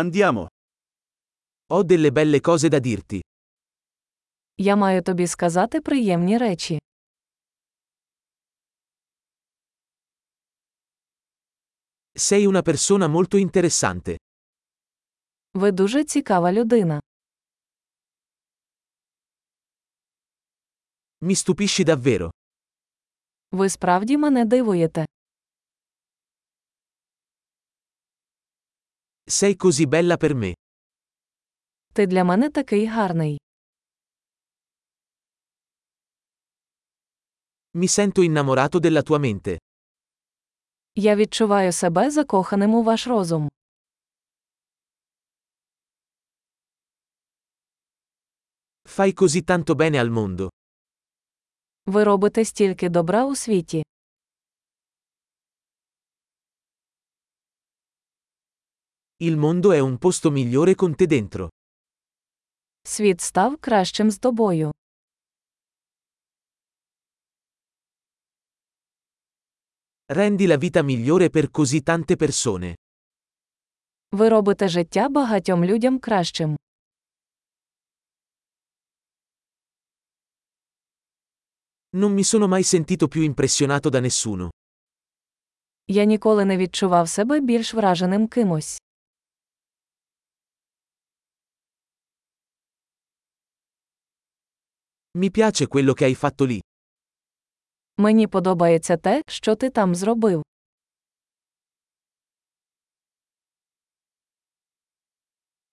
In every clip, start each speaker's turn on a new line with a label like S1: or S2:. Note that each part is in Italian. S1: Andiamo. Ho delle belle cose da dirti.
S2: Я маю тобі сказати приємні речі.
S1: Sei una persona molto interessante.
S2: Ви дуже цікава людина.
S1: Mi stupisci davvero.
S2: Ви справді мене дивуєте.
S1: Sei così bella per me.
S2: Ти для мене такий гарний.
S1: Mi sento innamorato della tua mente.
S2: Я відчуваю себе закоханим у ваш розум.
S1: Fai così tanto bene al mondo.
S2: Ви робите стільки добра у світі.
S1: Il mondo è un posto migliore con te dentro.
S2: Світ став кращим з тобою.
S1: Rendi la vita migliore per così tante persone.
S2: Ви робите життя багатьом людям кращим.
S1: Non mi sono mai sentito più impressionato da nessuno.
S2: Я ніколи не відчував себе більш враженим кимось.
S1: Mi piace quello che hai fatto lì.
S2: Мені подобається те, що ти там зробив.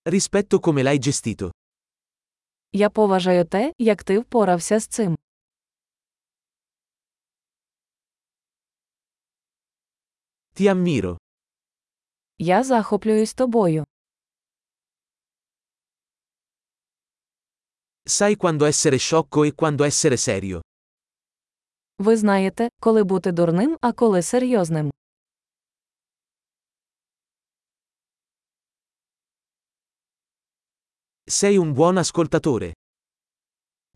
S1: Rispetto come l'hai gestito.
S2: Я поважаю те, як ти впорався з цим.
S1: Ti ammiro.
S2: Я захоплююсь тобою.
S1: Sai quando essere sciocco e quando essere serio.
S2: Ви знаєте, коли бути дурним, а коли серйозним.
S1: Sei un buon ascoltatore.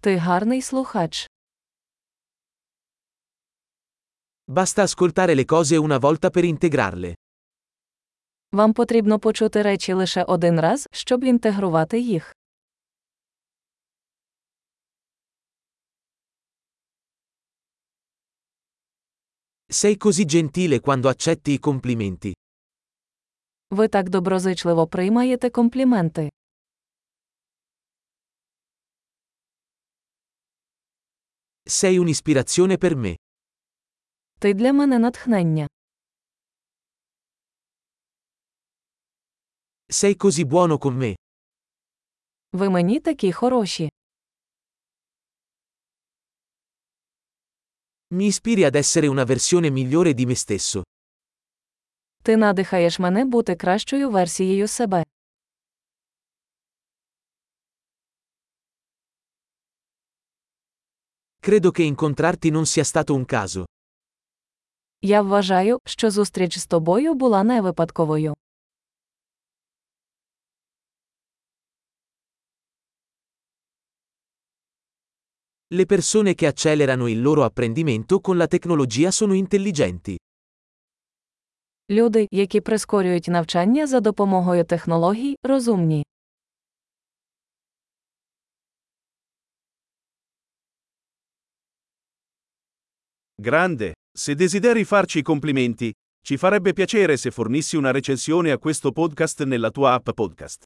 S2: Ти гарний слухач.
S1: Basta ascoltare le cose una volta per integrarle.
S2: Вам потрібно почути речі лише один раз, щоб інтегрувати їх.
S1: Sei così gentile quando accetti i complimenti.
S2: Ви так доброзичливо приймаєте компліменти.
S1: Sei un'ispirazione per me.
S2: Ти для мене натхнення.
S1: Sei così buono con me.
S2: Ви мені такі хороші.
S1: Mi ispiri ad essere una versione migliore di me stesso.
S2: Ти надихаєш мене бути кращою версією себе.
S1: Credo che incontrarti non sia stato un caso.
S2: Я вважаю, що зустріч з тобою була не випадковою.
S1: Le persone che accelerano il loro apprendimento con la tecnologia sono intelligenti.
S2: Люди, які прискорюють навчання за допомогою технологій, розумні.
S3: Grande, se desideri farci i complimenti, ci farebbe piacere se fornissi una recensione a questo podcast nella tua app podcast.